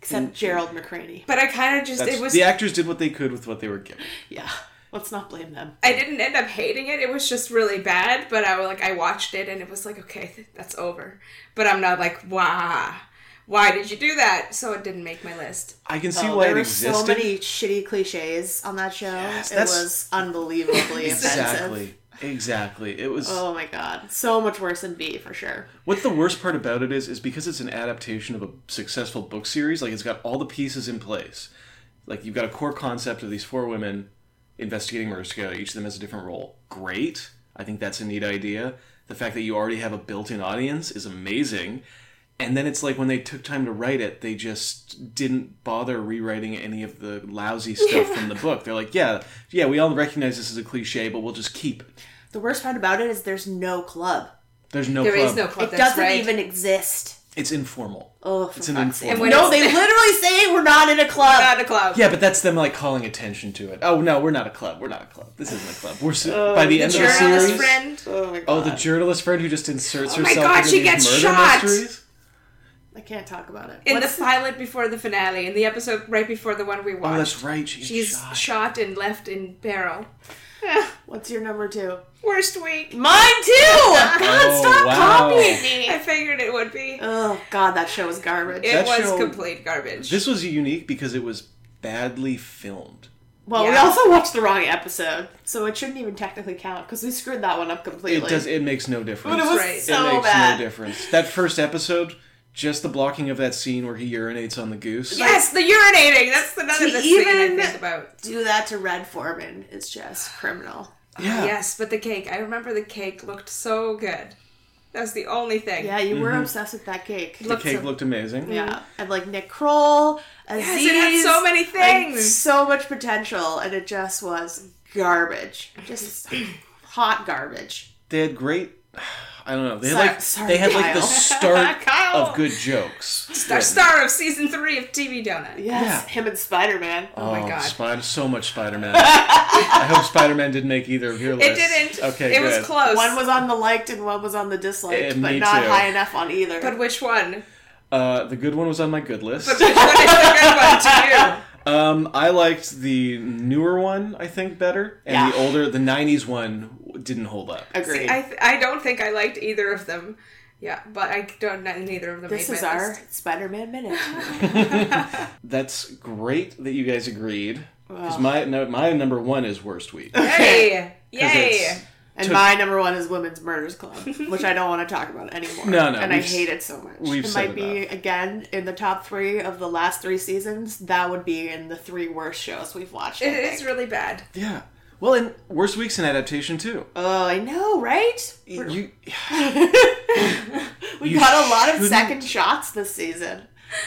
A: Except
C: didn't-
A: Gerald McCraney.
B: But I kind of just
C: That's-
B: it was
C: The actors did what they could with what they were given.
A: Yeah, let's not blame them.
B: I didn't end up hating it. It was just really bad, but I was like I watched it and it was like okay, th- that's over. But I'm not like why why did you do that? So it didn't make my list.
C: I can see
A: Oh,
C: why
A: there
C: it
A: were
C: existed.
A: so many shitty cliches on that show. it
C: that's-
A: was unbelievably offensive.
C: exactly. Exactly. It was.
A: Oh my god, so much worse than B for sure.
C: What the worst part about it is, is because it's an adaptation of a successful book series, like it's got all the pieces in place. Like you've got a core concept of these four women investigating murders together. Each of them has a different role. Great. I think that's a neat idea. The fact that you already have a built-in audience is amazing. And then it's like when they took time to write it, they just didn't bother rewriting any of the lousy stuff from the book. They're like, yeah, yeah, we all recognize this is a cliche, but we'll just keep it.
A: The worst part about it is there's no club.
C: There's no
A: There
C: club.
A: is It doesn't even exist.
C: It's informal.
A: Oh,
C: it's
A: for
C: an
A: fuck's sake.
C: informal.
A: No, they literally say we're not in a club.
B: not a club.
C: Yeah, but that's them like calling attention to it. Oh no, we're not a club. We're not a club. This isn't a club. We're so, by the, end of the
B: journalist
C: series.
B: friend.
A: Oh my
C: Oh, the journalist friend who just inserts
B: Oh my
C: herself
B: God,
C: into
B: she
C: these
B: gets
C: murder
B: shot!
C: mysteries. Oh,
A: I can't talk about it.
B: in
A: What's-
B: the pilot before the finale, in the episode right before the one we watched.
C: Oh, that's right. She's,
B: She's shot. and left in barrel.
A: What's your number two?
B: Worst week.
A: Mine too. God,
B: Oh,
A: stop
B: wow.
A: copying me.
B: I figured it would be.
A: Oh God, that show was garbage.
B: It
C: That
B: was
C: show-
B: complete garbage.
C: This was unique because it was badly filmed.
A: Well, we
B: Yeah.
A: also watched the wrong episode, so it shouldn't even technically count because we screwed that one up completely.
C: It does. It makes no difference.
A: But it was Right. so
C: it makes
A: bad.
C: no difference. That first episode, just the blocking of that scene where he urinates on the goose.
B: yes, the urinating. That's another
A: To
B: the scene
A: even-
B: I think about.
A: Do that to Red Foreman is just criminal.
C: Yeah.
B: Yes, but the cake. I remember the cake looked so good. That was the only thing.
A: Yeah, you were
C: Mhm.
A: obsessed with that cake.
C: The cake looked amazing.
A: Yeah, Mm. and like Nick Kroll, Aziz,
B: Yes, it had so many
A: like,
B: things.
A: so much potential, and it just was garbage, just hot garbage.
C: They had great. I don't know. They had
A: Sorry-
C: like
A: sorry,
C: they had like the
A: Kyle.
C: start
B: Kyle.
C: of good jokes.
B: Star, star of season three of TV Donut.
A: Yes, him and Spider Man.
B: Oh, my god.
C: Spider, so much Spider Man. I hope Spider Man didn't make either of your lists. Okay, good.
A: One was on the liked and one was on the disliked,
C: Eh,
A: but
C: me
A: not
C: too.
A: high enough on either.
B: But which one?
C: Uh, the good one was on my good list.
B: Good
C: Um, I liked the newer one, I think, better, and the older, the '90s one w- didn't hold up.
B: one too. See, I, th- I don't think I liked either of them. Yeah, but I don't. Neither of them.
A: This
B: made
A: is
B: my
A: our
B: list.
A: Spider Man minute.
C: That's great that you guys agreed because
A: Wow.
C: my no, my number one is worst week.
B: Yay!
C: 'Cause
B: Yay!
C: it's-
A: And
C: Took-
A: my number one is Women's Murders Club, which I don't want to talk about anymore.
C: No, no,
A: And I
C: we've-
A: hate it so much.
C: we've
A: it
C: said
A: might be again in the top three of the last three seasons. That would be in the three worst shows we've watched. I
B: It is
A: think.
B: really bad.
C: Yeah. Well, and worst week's an adaptation too.
A: Oh, I know, right?
C: You
A: we
C: You
A: got a lot of
C: shouldn't-
A: second shots this season.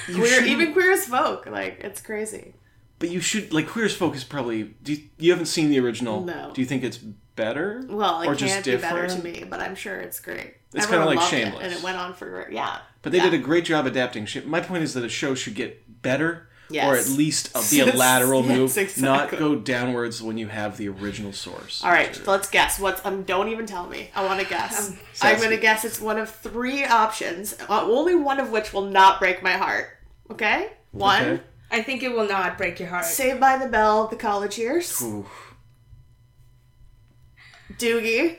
C: You
A: Queer,
C: shouldn't-
A: even queer as folk. Like it's crazy.
C: But But you should like Queer as Folk is probably do you, you haven't seen the original.
A: No.
C: Do you think it's better?
A: Well, it can't be better to me, but I'm sure it's great.
C: It's kinda
A: Everyone
C: like
A: loved it,
C: Shameless.
A: and it went on for yeah.
C: But they
A: yeah.
C: did a great job adapting shit. My point is that a show should get better
A: Yes.
C: or at least a, be a lateral
A: Yes,
C: move, not
A: exactly.
C: go downwards when you have the original source.
A: All right, let's guess. What's um? Don't even tell me. I want to guess.
C: Um,
A: I'm
C: Sassy.
A: going to guess it's one of three options, uh, only one of which will not break my heart. Okay, one.
C: Okay.
A: I think it will not break your heart. Saved by the Bell, The College Years,
C: Oof.
A: Doogie,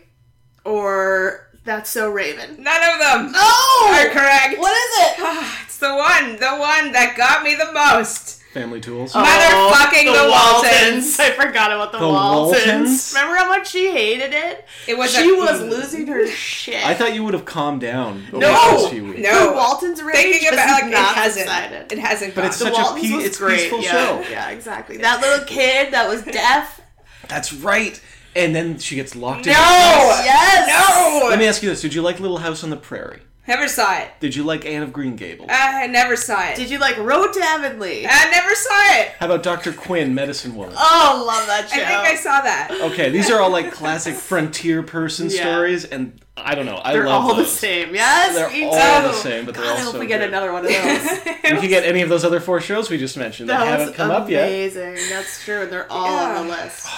A: or That's So Raven.
B: None of them.
A: No,
B: are correct.
A: Oh!
B: Ah,
A: What is it?
B: it's the one, the one that got me the most.
C: Family Tools.
A: Oh.
B: Motherfucking the, Waltons.
A: I forgot about the,
C: The
A: Waltons.
C: Waltons?
A: Remember how much she hated it? It
B: was
A: she
B: a-
A: was losing her shit.
C: I thought you would have calmed down over
B: No,
C: the past few weeks.
B: no.
A: The Waltons rage
B: Thinking
A: was
B: about it, it
A: not
B: hasn't.
A: subsided.
B: It hasn't.
C: But it's
B: gone.
C: such a pe- it's peaceful
A: yeah,
C: show.
A: Yeah, exactly. That little kid that was deaf.
C: That's right. And then she gets locked
B: No!
C: in.
A: Oh, Yes.
B: No.
C: Let me ask you this: Did you like Little House on the Prairie?
B: Never saw it.
C: Did you like Anne of Green Gables?
A: Uh,
B: I never saw it.
A: Did you like Road to Avonlea?
B: I never saw it.
C: How about Doctor Quinn, Medicine Woman?
A: Oh, love that
B: I think I saw that.
C: Okay, these are all like classic frontier person
A: Yeah.
C: stories, and I don't know. I
A: They're
C: love
A: all the
C: those.
A: same. Yes,
C: they're
A: me
C: all
A: too.
C: the same, but they're
A: God,
C: all
A: I hope
C: so
A: we get
C: good.
A: another one of those.
C: If you get any of those other four shows we just mentioned that,
A: that was
C: haven't come up yet,
A: amazing. That's true. And they're all on the list.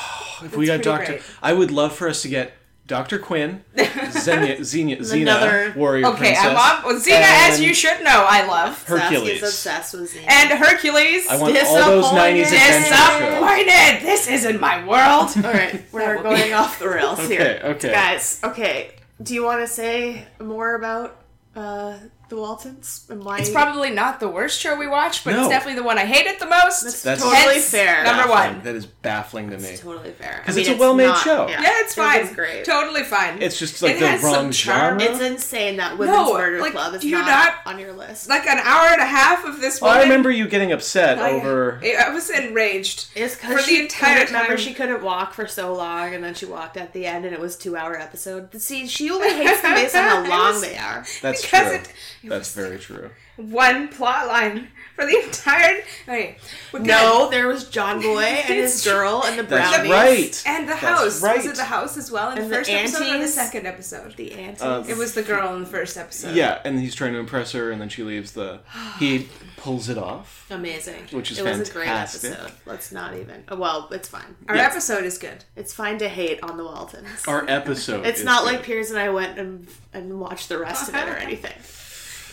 C: if we got
A: That's pretty
C: Doctor,
A: great.
C: I would love for us to get Doctor Quinn, Xenia, Xenia, Xena,
B: Another-
C: Warrior
B: Okay,
C: Princess.
B: I love well, Xena,
C: and-
B: as you should know, I love
C: Hercules. Sassy is
A: obsessed with Xena.
B: And Hercules.
C: I want all those 90s adventure
B: Disappointed. This isn't my world.
A: All right, we're going off the rails here,
C: Okay, okay.
A: guys. Okay, do you want to say more about uh, the Waltons and why?
B: It's probably not the worst show we watched, but it's
C: No.
B: definitely the one I hated the most.
C: That's
A: totally fair.
B: Number
C: baffling.
B: one.
C: That is baffling to me.
A: Totally fair.
C: Because it's a well-made show.
B: Yeah,
C: Yeah.
B: it's fine. great. Totally fine.
C: It's just like
B: It
C: the
B: has some
C: wrong
B: charm.
C: genre.
A: It's insane that Women's
B: No,
A: Murder
B: like,
A: Club is
B: you're
A: not,
B: not-
A: on your list.
B: like an hour and a half of this
C: Well,
B: woman.
C: Oh, I remember you getting upset
B: I-
C: over.
B: I was enraged.
A: It's
B: For
A: because
B: the
A: she
B: entire
A: couldn't- remember
B: time.
A: she couldn't walk for so long, and then she walked at the end, and it was two hour episode. See, she only hates them based on how
B: It
A: long
B: was-
A: they are.
C: That's
B: because
C: true.
B: it-
C: That's very true.
B: One plot line for the entire. Okay. we're
A: No,
B: good.
A: there was John Boy and his
B: It's true.
A: girl and the
C: That's
A: brownies.
C: right.
B: And the
C: That's
B: house.
C: right.
B: Was it the house as well in
A: And
B: the
A: the
B: first episode or the
A: aunties.
B: second episode?
A: The aunties.
C: Uh,
B: it was the girl in the first episode.
C: Yeah, and he's trying to impress her, and then she leaves the. He pulls it off.
A: Amazing.
C: Which is
A: it was a great
C: fantastic.
A: episode. Let's not even. oh, Well, it's fine.
B: Our episode is good.
A: It's fine to hate on the Waltons.
C: Our episode.
A: it's
C: is
A: not
C: good.
A: like Piers and I went and, and watched the rest of it or anything.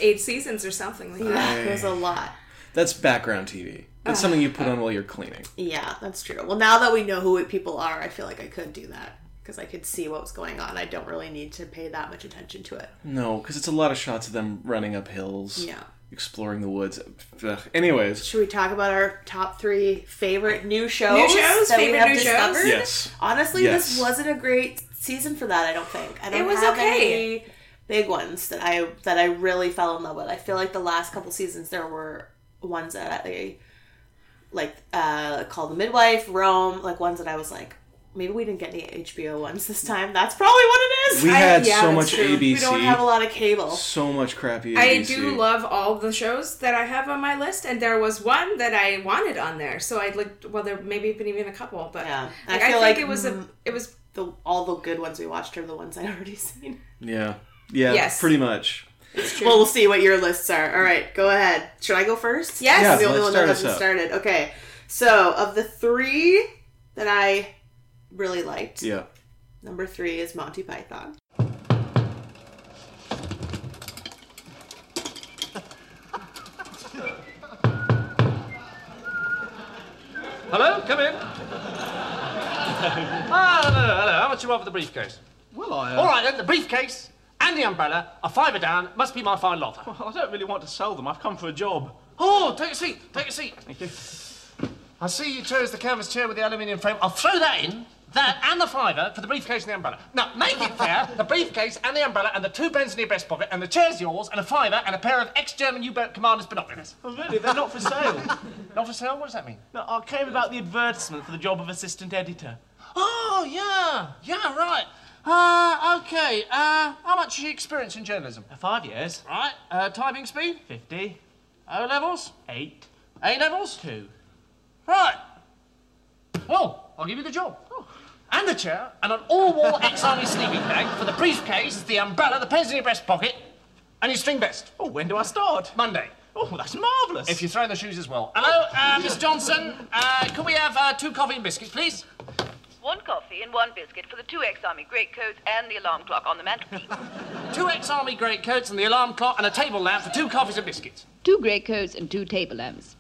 B: Eight seasons or something like
C: Uh,
B: that.
A: Yeah, it was a lot.
C: That's background TV. That's something you put on while you're cleaning.
A: Yeah, that's true. Well, now that we know who people are, I feel like I could do that because I could see what was going on. I don't really need to pay that much attention to it.
C: No, because it's a lot of shots of them running up hills.
A: Yeah.
C: Exploring the woods. Ugh. Anyways.
A: Should we talk about our top three favorite new shows?
B: New shows?
A: that we
B: Favorite
A: have
B: new shows?
A: discovered?
C: Yes.
A: Honestly, this
C: Yes.
A: wasn't a great season for that. I don't think. I don't
B: It was
A: have
B: okay.
A: any big ones that I that I really fell in love with. I feel like the last couple seasons there were ones that I like uh called the midwife, Rome, like ones that I was like. Maybe we didn't get any HBO ones this time. That's probably what it is.
C: We
A: I-
C: had
A: yeah,
C: so
A: that's
C: much
A: true.
C: ABC.
A: We don't have a lot of cable.
C: So much crappy ABC.
B: I do love all the shows that I have on my list, and there was one that I wanted on there. So I looked. Well, there maybe been even a couple, but
A: Yeah.
B: like,
A: I
B: I,
A: feel
B: think
A: like,
B: it was a. It was
A: The all the good ones we watched are the ones I'd already seen.
C: Yeah. Yeah.
B: Yes.
C: Pretty much.
A: Well, we'll see what your lists are. All right, go ahead. Should I go first?
B: Yes.
C: Yeah,
A: I'm the only
C: let's
A: one
C: start us
A: that hasn't
C: up.
A: started. Okay. So, of the three that I really liked,
C: Yeah.
A: number three is Monty Python.
O: Hello, come in. ah, hello, hello. How much you want for the briefcase?
P: Well, I.
O: All right, then, the briefcase and the umbrella, a fiver down, must be my final offer.
P: I don't really want to sell them. I've come for a job.
O: Oh, take a seat, take a seat. Thank you. I see you chose the canvas chair with the aluminium frame. I'll throw that in, that and the fiver for the briefcase and the umbrella. Now, make it fair, the briefcase and the umbrella and the two pence in your breast pocket and the chair's yours and a fiver and a pair of ex-German U-boat commander's binoculars.
P: Oh, really? They're not for sale.
O: Not for sale? What does that mean?
P: No, I came about the advertisement for the job of assistant editor.
O: Oh, yeah. Yeah, right. Uh, okay. Uh, how much is your experience in journalism?
P: Five years.
O: Right. Uh, typing speed?
P: Fifty.
O: O levels?
P: Eight.
O: A levels?
P: Two.
O: Right. Oh, I'll give you the job. Oh. And the chair, and an all-wall ex-army sleeping bag for the briefcase, the umbrella, the pens in your breast pocket, and your string vest. Oh, when do I start? Monday. Oh, that's marvellous. If you throw in the shoes as well. Hello, uh, Miss Johnson. Uh, could we have uh, two coffee and biscuits, please?
Q: One coffee and one biscuit for the two ex-army greatcoats and the alarm clock on the mantelpiece.
O: Two ex-army greatcoats and the alarm clock and a table lamp for two coffees and biscuits.
Q: two greatcoats and two table lamps.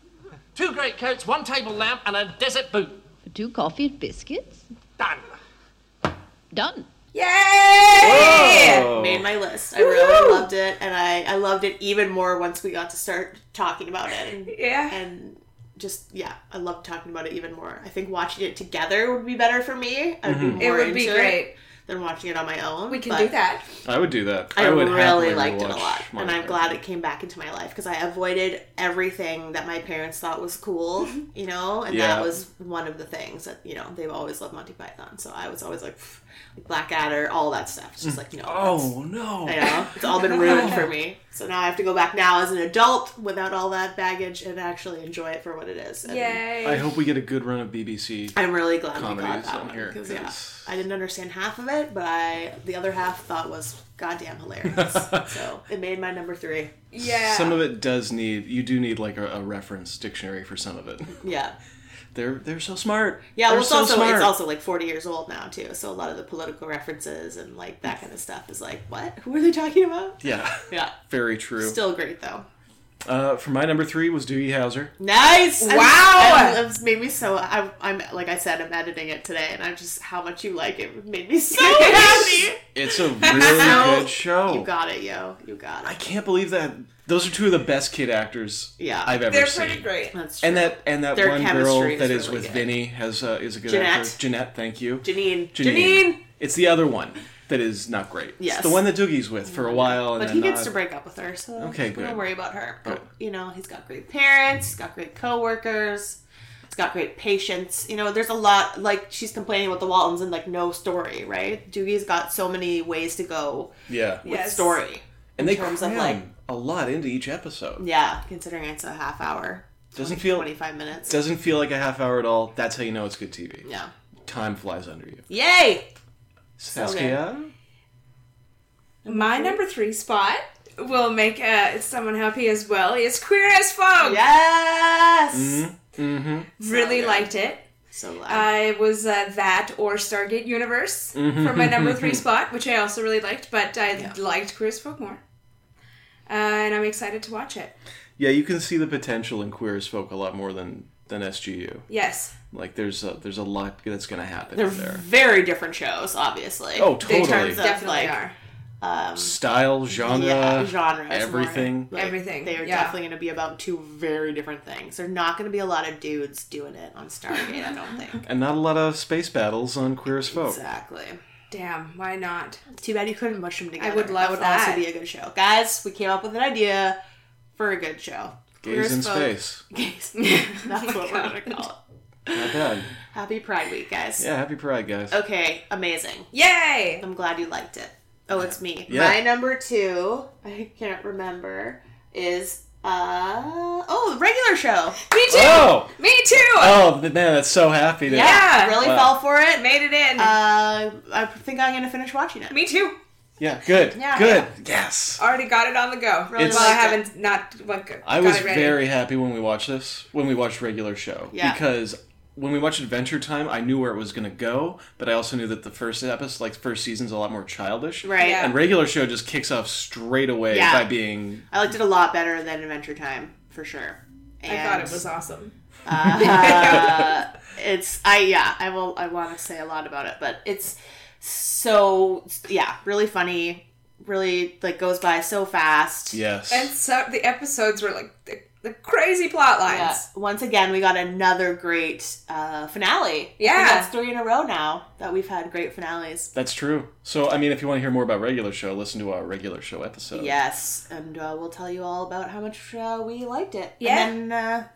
O: Two greatcoats, one table lamp, and a desert boot.
Q: Two coffee and biscuits.
O: Done.
Q: Done.
A: Yay!
C: Oh,
Q: Whoa.
A: Made my list. I really loved it, and I, I loved it even more once we got to start talking about it. And,
B: yeah.
A: And just yeah, I loved talking about it even more. I think watching it together would be better for me. I'd
C: Mhm.
A: be
B: It
A: more
B: would be
A: into
B: great.
A: than watching it on my own. We
B: can do that.
C: I would do that.
A: I,
C: would
A: really
C: happily
A: liked it a
C: rewatch
A: lot,
C: Monty
A: and
C: Python.
A: I'm glad it came back into my life because I avoided everything that my parents thought was cool, you know, and
C: Yeah.
A: that was one of the things that you know they've always loved Monty Python. So I was always like, pff, like Blackadder, all that stuff. It's just like no,
C: Oh no!
A: I know it's all been ruined for me. So now I have to go back now as an adult without all that baggage and actually enjoy it for what it is. And
B: Yay!
C: I hope we get a good run of BBC.
A: I'm really glad we
C: comedies
A: got that
C: on
A: one
C: here.
A: because yeah,
C: 'cause-
A: I didn't understand half of it, but I the other half thought was goddamn hilarious. so it made my number three.
C: Some
A: Uh,
C: of it does need you do need like a, a reference dictionary for some of it.
A: yeah,
C: They're they're so smart.
A: yeah. Well,
C: They're
A: it's
C: so
A: also
C: smart.
A: it's also like 40 years old now too. So a lot of the political references and like that kind of stuff is like, what? Who are they talking about?
C: yeah,
A: Yeah,
C: very true.
A: still great though.
C: uh, for my number three was Doogie Howser.
A: Nice!
B: Wow.
A: It was- made me so. I, I'm like I said, I'm editing it today, and I'm just how much you like it made me so happy.
C: It's a really good show.
A: You got it, yo. You got it.
C: I can't believe that those are two of the best kid actors
A: Yeah,
C: I've ever
A: They're
C: seen.
A: pretty great. That's
C: And
A: true.
C: that and that
A: Their
C: one girl
A: chemistry
C: that
A: is
C: is,
A: really
C: with
A: good.
C: Vinny has uh, is a good
A: Jeanette.
C: actor. Jeanette, thank you.
A: Janine. Janine!
C: It's the other one that is not great. It's
A: Yes.
C: the one that Doogie's with for a while, and
A: But
C: then
A: he gets
C: not-
A: to break up with her, so
C: Okay,
A: we don't
C: good. Oh.
A: worry about her. But
C: Good.
A: you know, he's got great parents, he's got great coworkers, he's got great patience. You know, there's a lot like she's complaining about the Waltons and like no story, right? Doogie's got so many ways to go
C: Yeah.
A: with story.
C: And
A: in
C: they
A: terms
C: cram
A: of like
C: a lot into each episode.
A: Yeah, considering it's a half hour.
C: Doesn't
A: 20
C: feel-
A: twenty five minutes.
C: Doesn't feel like a half hour at all. That's how you know it's good TV.
A: Yeah.
C: Time flies under you.
A: Yay!
C: Saskia?
B: My number three spot will make uh, someone happy as well. Is Queer as Folk.
A: Yes.
C: Mm-hmm.
B: Really liked it.
A: So
B: I was uh, that or Stargate Universe
C: Mhm.
B: for my number three spot, which I also really liked, but I liked Queer as Folk more. Uh, and I'm excited to watch it.
C: Yeah, you can see the potential in Queer as Folk a lot more than than SGU.
B: Yes.
C: Like there's a, there's a lot that's going to happen
A: They're
C: there.
A: very different shows, obviously.
C: Oh, totally.
A: In terms of,
B: Definitely
A: like,
B: are.
A: Um,
C: Style, genre,
A: yeah, genres, more.
C: everything.
A: Like,
B: Everything,
A: They are
B: yeah.
A: definitely going to be about two very different things. They're not going to be a lot of dudes doing it on Stargate. I don't think.
C: And not a lot of space battles on Queer as Folk.
A: Exactly.
B: Damn, why not?
A: Too bad you couldn't mush them together.
B: would love
A: that. Would
B: that.
A: also be a good show, guys. We came up with an idea for a good show.
C: Gays
A: Queer as
C: in
A: Folk.
C: space.
A: Gays. That's what we're going to call it.
C: Not bad.
A: Happy Pride Week, guys.
C: Yeah, happy Pride, guys.
A: Okay, amazing.
B: Yay!
A: I'm glad you liked it. Oh, it's me.
C: Yeah.
A: My number two, I can't remember, is uh oh, the regular show.
B: Me too.
C: Oh!
B: Me too.
C: Oh man, that's so happy to
A: Yeah, really
C: Wow.
A: fell for it.
B: Made it in.
A: Uh, I think I'm gonna finish watching it.
B: Me too.
C: Yeah, good.
B: Yeah.
C: good. Yes.
B: Already got it on the go.
C: Really It's-
B: well, I
C: liked
B: haven't not. Well, got
C: I was
B: it ready.
C: very happy when we watched this, when we watched regular show.
B: Yeah.
C: Because when we watched Adventure Time, I knew where it was going to go, but I also knew that the first episode, like first season's a lot more childish.
A: Right. Yeah.
C: And regular show just kicks off straight away
A: Yeah.
C: by being
A: I liked it a lot better than Adventure Time for sure.
B: I thought it was awesome.
A: uh, it's I yeah I will I want to say a lot about it, but it's so yeah really funny, really like goes by so fast.
C: Yes.
B: And so the episodes were like the, the crazy plot lines.
A: Yeah. Once again, we got another great uh, finale. I
B: Yeah.
A: think that's three in a row now that we've had great finales.
C: That's true. So, I mean, if you want to hear more about regular show, listen to our regular show episode.
A: Yes, and uh, we'll tell you all about how much uh, we liked it.
B: Yeah.
A: and then uh,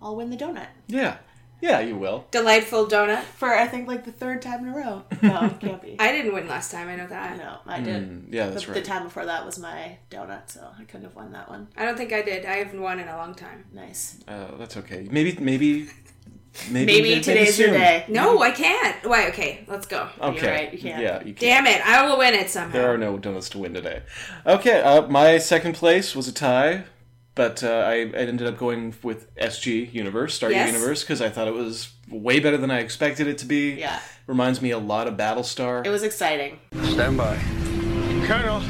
A: I'll win the donut
C: Yeah. Yeah, you will.
B: Delightful donut.
A: for I think like the third time in a row. No, can't be.
B: I didn't win last time. I know that.
A: No, I did.
C: Mm, yeah, that's
A: the, The
C: right.
A: time before that was my donut, so I couldn't have won that one.
B: I don't think I did. I haven't won in a long time.
A: Nice.
C: Uh, that's okay. Maybe maybe
A: Maybe
C: maybe
A: today's your
C: soon.
A: day.
B: No, I can't. Why? Okay, let's go.
C: Okay. right, you can't. Yeah, you
B: Damn
C: can't.
B: it! I will win it somehow.
C: There are no donuts to win today. Okay, uh, my second place was a tie, but uh, I I ended up going with SG Universe, Star
B: Yes.
C: Universe, because I thought it was way better than I expected it to be.
A: Yeah.
C: Reminds me a lot of Battlestar.
A: It was exciting.
I: Stand by.
R: Colonel,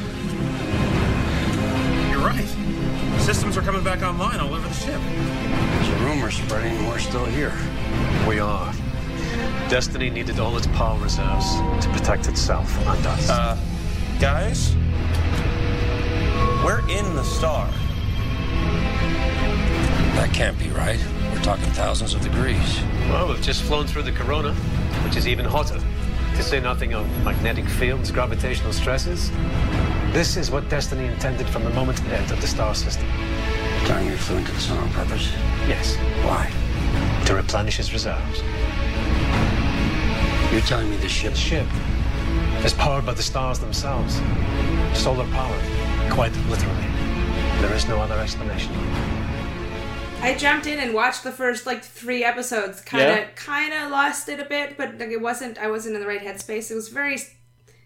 R: you're right. Systems are coming back online all over the ship.
M: There's a rumor spreading, and we're still here. We are. Destiny needed all its power reserves to protect itself and us. Uh,
R: Guys, we're in the star.
M: that can't be right. We're talking thousands of degrees. Well, we've just flown through the corona, which is even hotter. To say nothing of magnetic fields, gravitational stresses. This is what Destiny intended from the moment it entered the star system. Time we flew into the sun on purpose? Yes. Why? To replenish his reserves. You're telling me the ship? ship is powered by the stars themselves. Solar powered, quite literally. There is no other explanation.
B: I jumped in and watched the first like three episodes. Kind of,
M: Yeah.
B: kind of lost it a bit, but like, it wasn't. I wasn't in the right headspace. It was very s-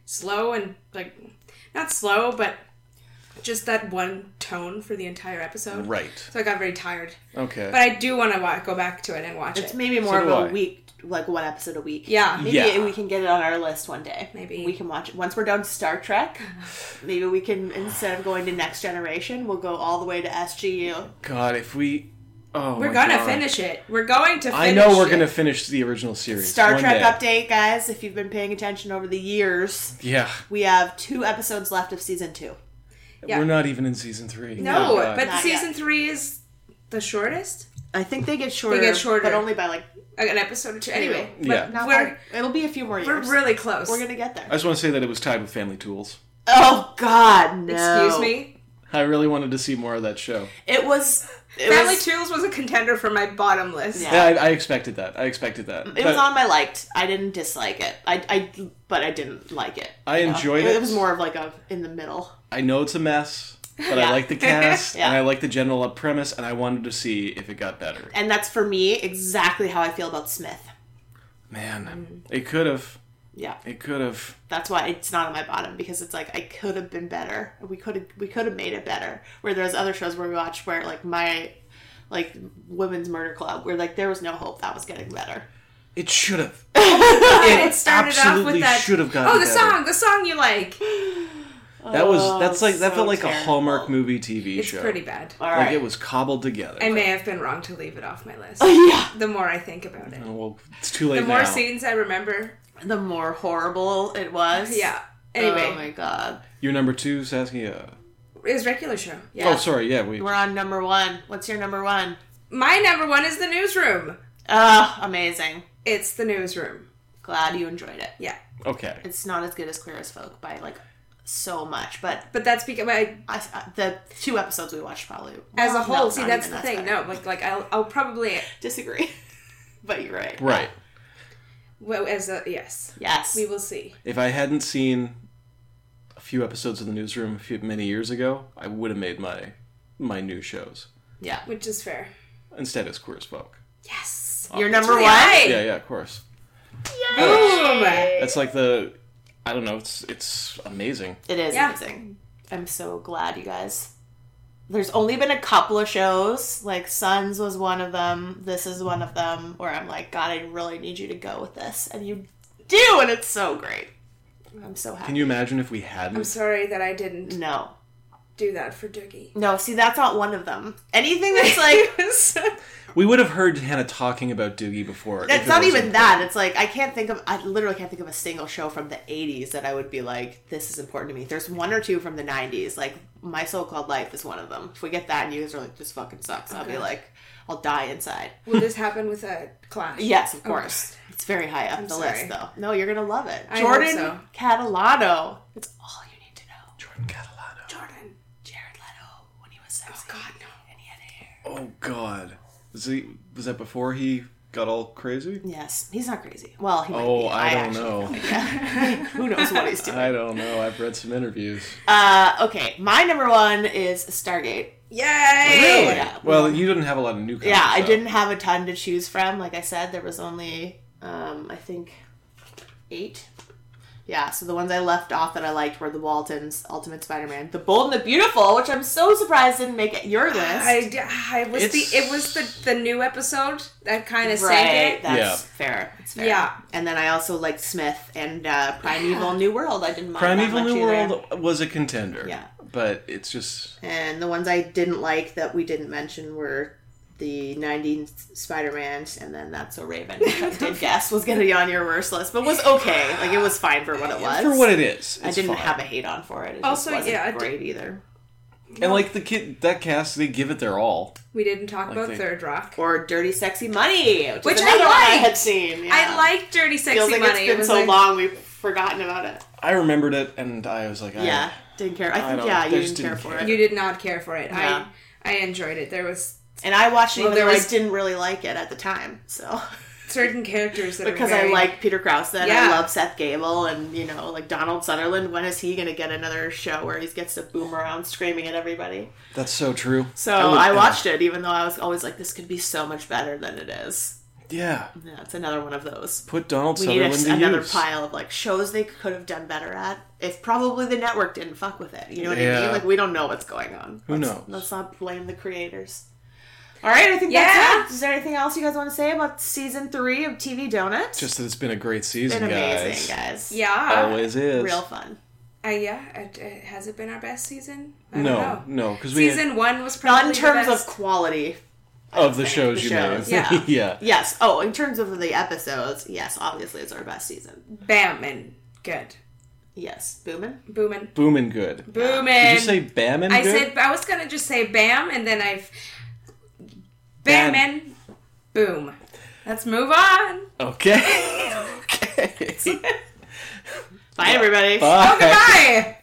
B: slow and like not slow, but just that one tone for the entire episode.
C: Right.
B: So I got very tired.
C: Okay.
B: But I do want to wa- go back to it and watch it.
A: It's maybe more
C: do
A: of
C: I.
A: a week, like one episode a week.
B: Yeah.
A: maybe
C: Yeah.
A: we can get it on our list one day. Maybe we can watch it once we're done Star Trek. maybe we can instead of going to Next Generation, we'll go all the way to SGU.
C: God, if we. Oh,
A: We're
C: my
A: gonna
C: God.
A: finish
B: it. We're going to.
C: I know we're
A: it.
C: going to finish the original series.
A: Star
C: one
A: Trek
C: day.
A: update, guys. If you've been paying attention over the years,
C: Yeah.
A: we have two episodes left of season two.
B: Yeah.
C: We're not even in season three.
B: no,
C: Oh, God.
B: but season three is the shortest.
A: I think they get shorter.
B: They get shorter,
A: but only by like
B: an episode or two. Anyway,
A: But
C: Yeah.
A: not
B: We're-
A: by- it'll be a few more
B: we're
A: years.
B: really close.
A: We're gonna get there.
C: I just want to say that it was tied with Family Tools.
A: Oh God, no!
B: Excuse me.
C: I really wanted to see more of that show.
A: It was it
B: Family
A: was-
B: Tools was a contender for my bottom list.
C: Yeah, I, I expected that. I expected that.
A: It was on my liked. I didn't dislike it. I, I but I didn't like it.
C: I
A: you know?
C: enjoyed it.
A: It was more of like a in the middle.
C: I know it's a mess, but
A: Yeah.
C: I like the cast
A: Yeah.
C: and I like the general up premise, and I wanted to see if it got better.
A: And that's for me exactly how I feel about Smith.
C: Man,
B: Mm.
C: it could have.
A: Yeah.
C: It could have.
A: That's why it's not on my bottom because it's like I could have been better. We could have we could have made it better. Where there's other shows where we watched where like my like Women's Murder Club where like there was no hope that was getting better.
C: It should have.
B: it, started off
C: absolutely
B: with that.
C: should have gotten
B: Oh, the
C: better.
B: song, the song you like.
C: That was. That's like that
B: Oh, so
C: felt like a
B: terrible.
C: Hallmark movie TV
B: It's
C: show.
B: pretty bad.
C: like it was cobbled together.
B: I may have been wrong to leave it off my list.
A: Oh, yeah.
B: The more I think about it,
C: Oh, well, it's too
B: the
C: late
B: more
C: now.
B: scenes I remember.
A: The more horrible it was.
B: Yeah. Anyway.
A: Oh my god.
C: Your number two, Saskia.
B: It was regular show. Yeah.
C: Oh, sorry. Yeah, we.
A: We're on number one. What's your number one?
B: My number one is the newsroom.
A: Ah, amazing.
B: It's the newsroom.
A: Glad you enjoyed it.
B: Yeah.
C: Okay.
A: It's not as good as Queer as Folk by like so much, but
B: but that's because I,
A: I- the two episodes we watched probably
B: As a
A: well,
B: whole,
A: Oh, no,
B: see
A: not
B: that's
A: even
B: the thing. No, like like I'll, I'll probably
A: disagree, but you're right.
C: Right.
B: Well, as a yes,
A: yes,
B: we will see.
C: If I hadn't seen a few episodes of the newsroom a few, many years ago, I would have made my my new shows.
A: Yeah,
B: which is fair.
C: Instead, it's queer as folk.
B: Yes,
A: Your number
B: Really?
A: one.
C: Yeah, yeah, of course.
B: Boom.
C: That's like the. I don't know. It's it's amazing.
A: It is
B: Yeah.
A: amazing. I'm so glad you guys. There's only been a couple of shows. Like Sons was one of them. This is one of them. Where I'm like, God, I really need you to go with this, and you do, and it's so great. I'm so happy.
C: Can you imagine if we hadn't?
B: I'm sorry that I didn't
A: no
B: do that for Doogie.
A: no. See, that's not one of them. Anything that's like
C: We would have heard Hannah talking about Doogie before. if
A: That's
C: it
A: not
C: wasn't-
A: even that. It's like I can't think of. I literally can't think of a single show from the '80s that I would be like, "This is important to me." There's one or two from the '90s. Like my so-called life is one of them. If we get that, and you guys are like, "This fucking sucks," I'll be
B: Okay.
A: like, "I'll die inside."
B: Will this happen with a clash?
A: Yes, of
B: Okay.
A: course. It's very high up
B: I'm
A: the
B: sorry.
A: list, though. No, you're gonna love it.
B: I hope
A: Jordan
B: so.
A: Catalano. It's all you need to know.
C: Jordan Catalano.
A: Jordan. Jared Leto when he was sexy. Oh God, no. And he had hair.
C: Oh God. Was he? Was that before he got all crazy?
A: Yes, he's not crazy. Well, he might
C: oh,
A: be.
C: I, don't
A: actually-
C: know.
A: Who knows what he's doing?
C: I don't know. I've read some interviews.
A: Uh, okay, my number one is Stargate. Yay!
C: Well, you didn't have a lot of new.
A: Yeah, I
C: comics,
A: didn't have a ton to choose from. Like I said, there was only, um, I think, eight. Yeah, so the ones I left off that I liked were the Waltons, Ultimate Spider-Man, The Bold and the Beautiful, which I'm so surprised didn't make it your list.
B: I, d- I was
A: It's-
B: the it was the the new episode that kind of
A: Right,
B: sank it.
A: that's
C: Yeah.
A: fair. It's fair.
B: Yeah.
A: and then I also liked Smith and uh, Primeval New World. I didn't mind
C: Primeval
A: that much
C: New
A: either.
C: World was a contender.
A: Yeah.
C: But it's just
A: And the ones I didn't like that we didn't mention were the 90s Spider-Man and then That's So Raven, which I did guess was going to be on your worst list, but was okay. Like, it was fine for what it was.
C: for what it is.
A: I
C: it's
A: didn't
C: fine.
A: have a hate on for it. It
B: Also,
A: just wasn't
B: yeah, I did-
A: great either.
C: And like the kid, that cast, they give it their all.
B: We didn't talk
C: Like
B: about
C: they-
B: Third Rock.
A: Or Dirty Sexy Money, which,
B: Which
A: is
B: I
A: another one I
B: liked.
A: had seen. Yeah.
B: I like Dirty Sexy
A: Feels like
B: Money. It
A: it's been
B: was
A: so
B: like-
A: long we've forgotten about it.
C: I remembered it, and I was like, I,
A: yeah, didn't care. I think,
C: don't-
A: yeah,
C: I
A: you
C: just
A: didn't care for it.
B: You did not care for it.
A: Yeah.
B: I I enjoyed it. There was
A: And I watched it
B: Well,
A: even
B: there
A: though I
B: was-
A: didn't really like it at the time, so...
B: certain characters that
A: because
B: are
A: I
B: very-
A: like Peter Krause and I
B: Yeah.
A: love Seth Gable and you know like Donald Sutherland. When is he going to get another show where he gets to boom around screaming at everybody?
C: That's so true.
A: So
C: would-
A: I, watched it, even though I was always like, this could be so much better than it is.
C: Yeah.
A: Yeah, it's another one of those.
C: Put Donald
A: we need a-
C: Sutherland to
A: another
C: use.
A: pile of like shows they could have done better at. If probably the network didn't fuck with it, you know what I
C: Yeah.
A: mean? Like we don't know what's going on.
C: Who
A: Let's-
C: knows?
A: Let's not blame the creators. All right, I think
B: Yeah.
A: that's it. Is there anything else you guys want to say about season three of TV Donuts?
C: Just that it's been a great
A: It's
C: season,
A: been
C: guys.
A: amazing, guys.
B: Yeah.
C: Always is.
A: Real fun.
B: Uh, yeah, it, it, has it been our best season? I don't
C: No,
B: know.
C: no, because we
B: season one was
A: Not
B: probably
A: in terms
B: the
A: of
B: best.
A: quality.
C: of the shows you
A: shows,
C: made.
A: yeah.
C: yeah.
A: Yes. Oh, in terms of the episodes, yes, obviously it's our best season.
B: bam and good,
A: Yes. Boomin?
B: boomin,
C: Boomin' good.
B: boomin.
C: Did you say Bamin?
B: I
C: good?
B: said I was gonna just say bam, and then I've bam, and boom. Let's move on.
C: Okay. okay.
A: Bye, everybody.
C: Bye.
B: Oh, goodbye.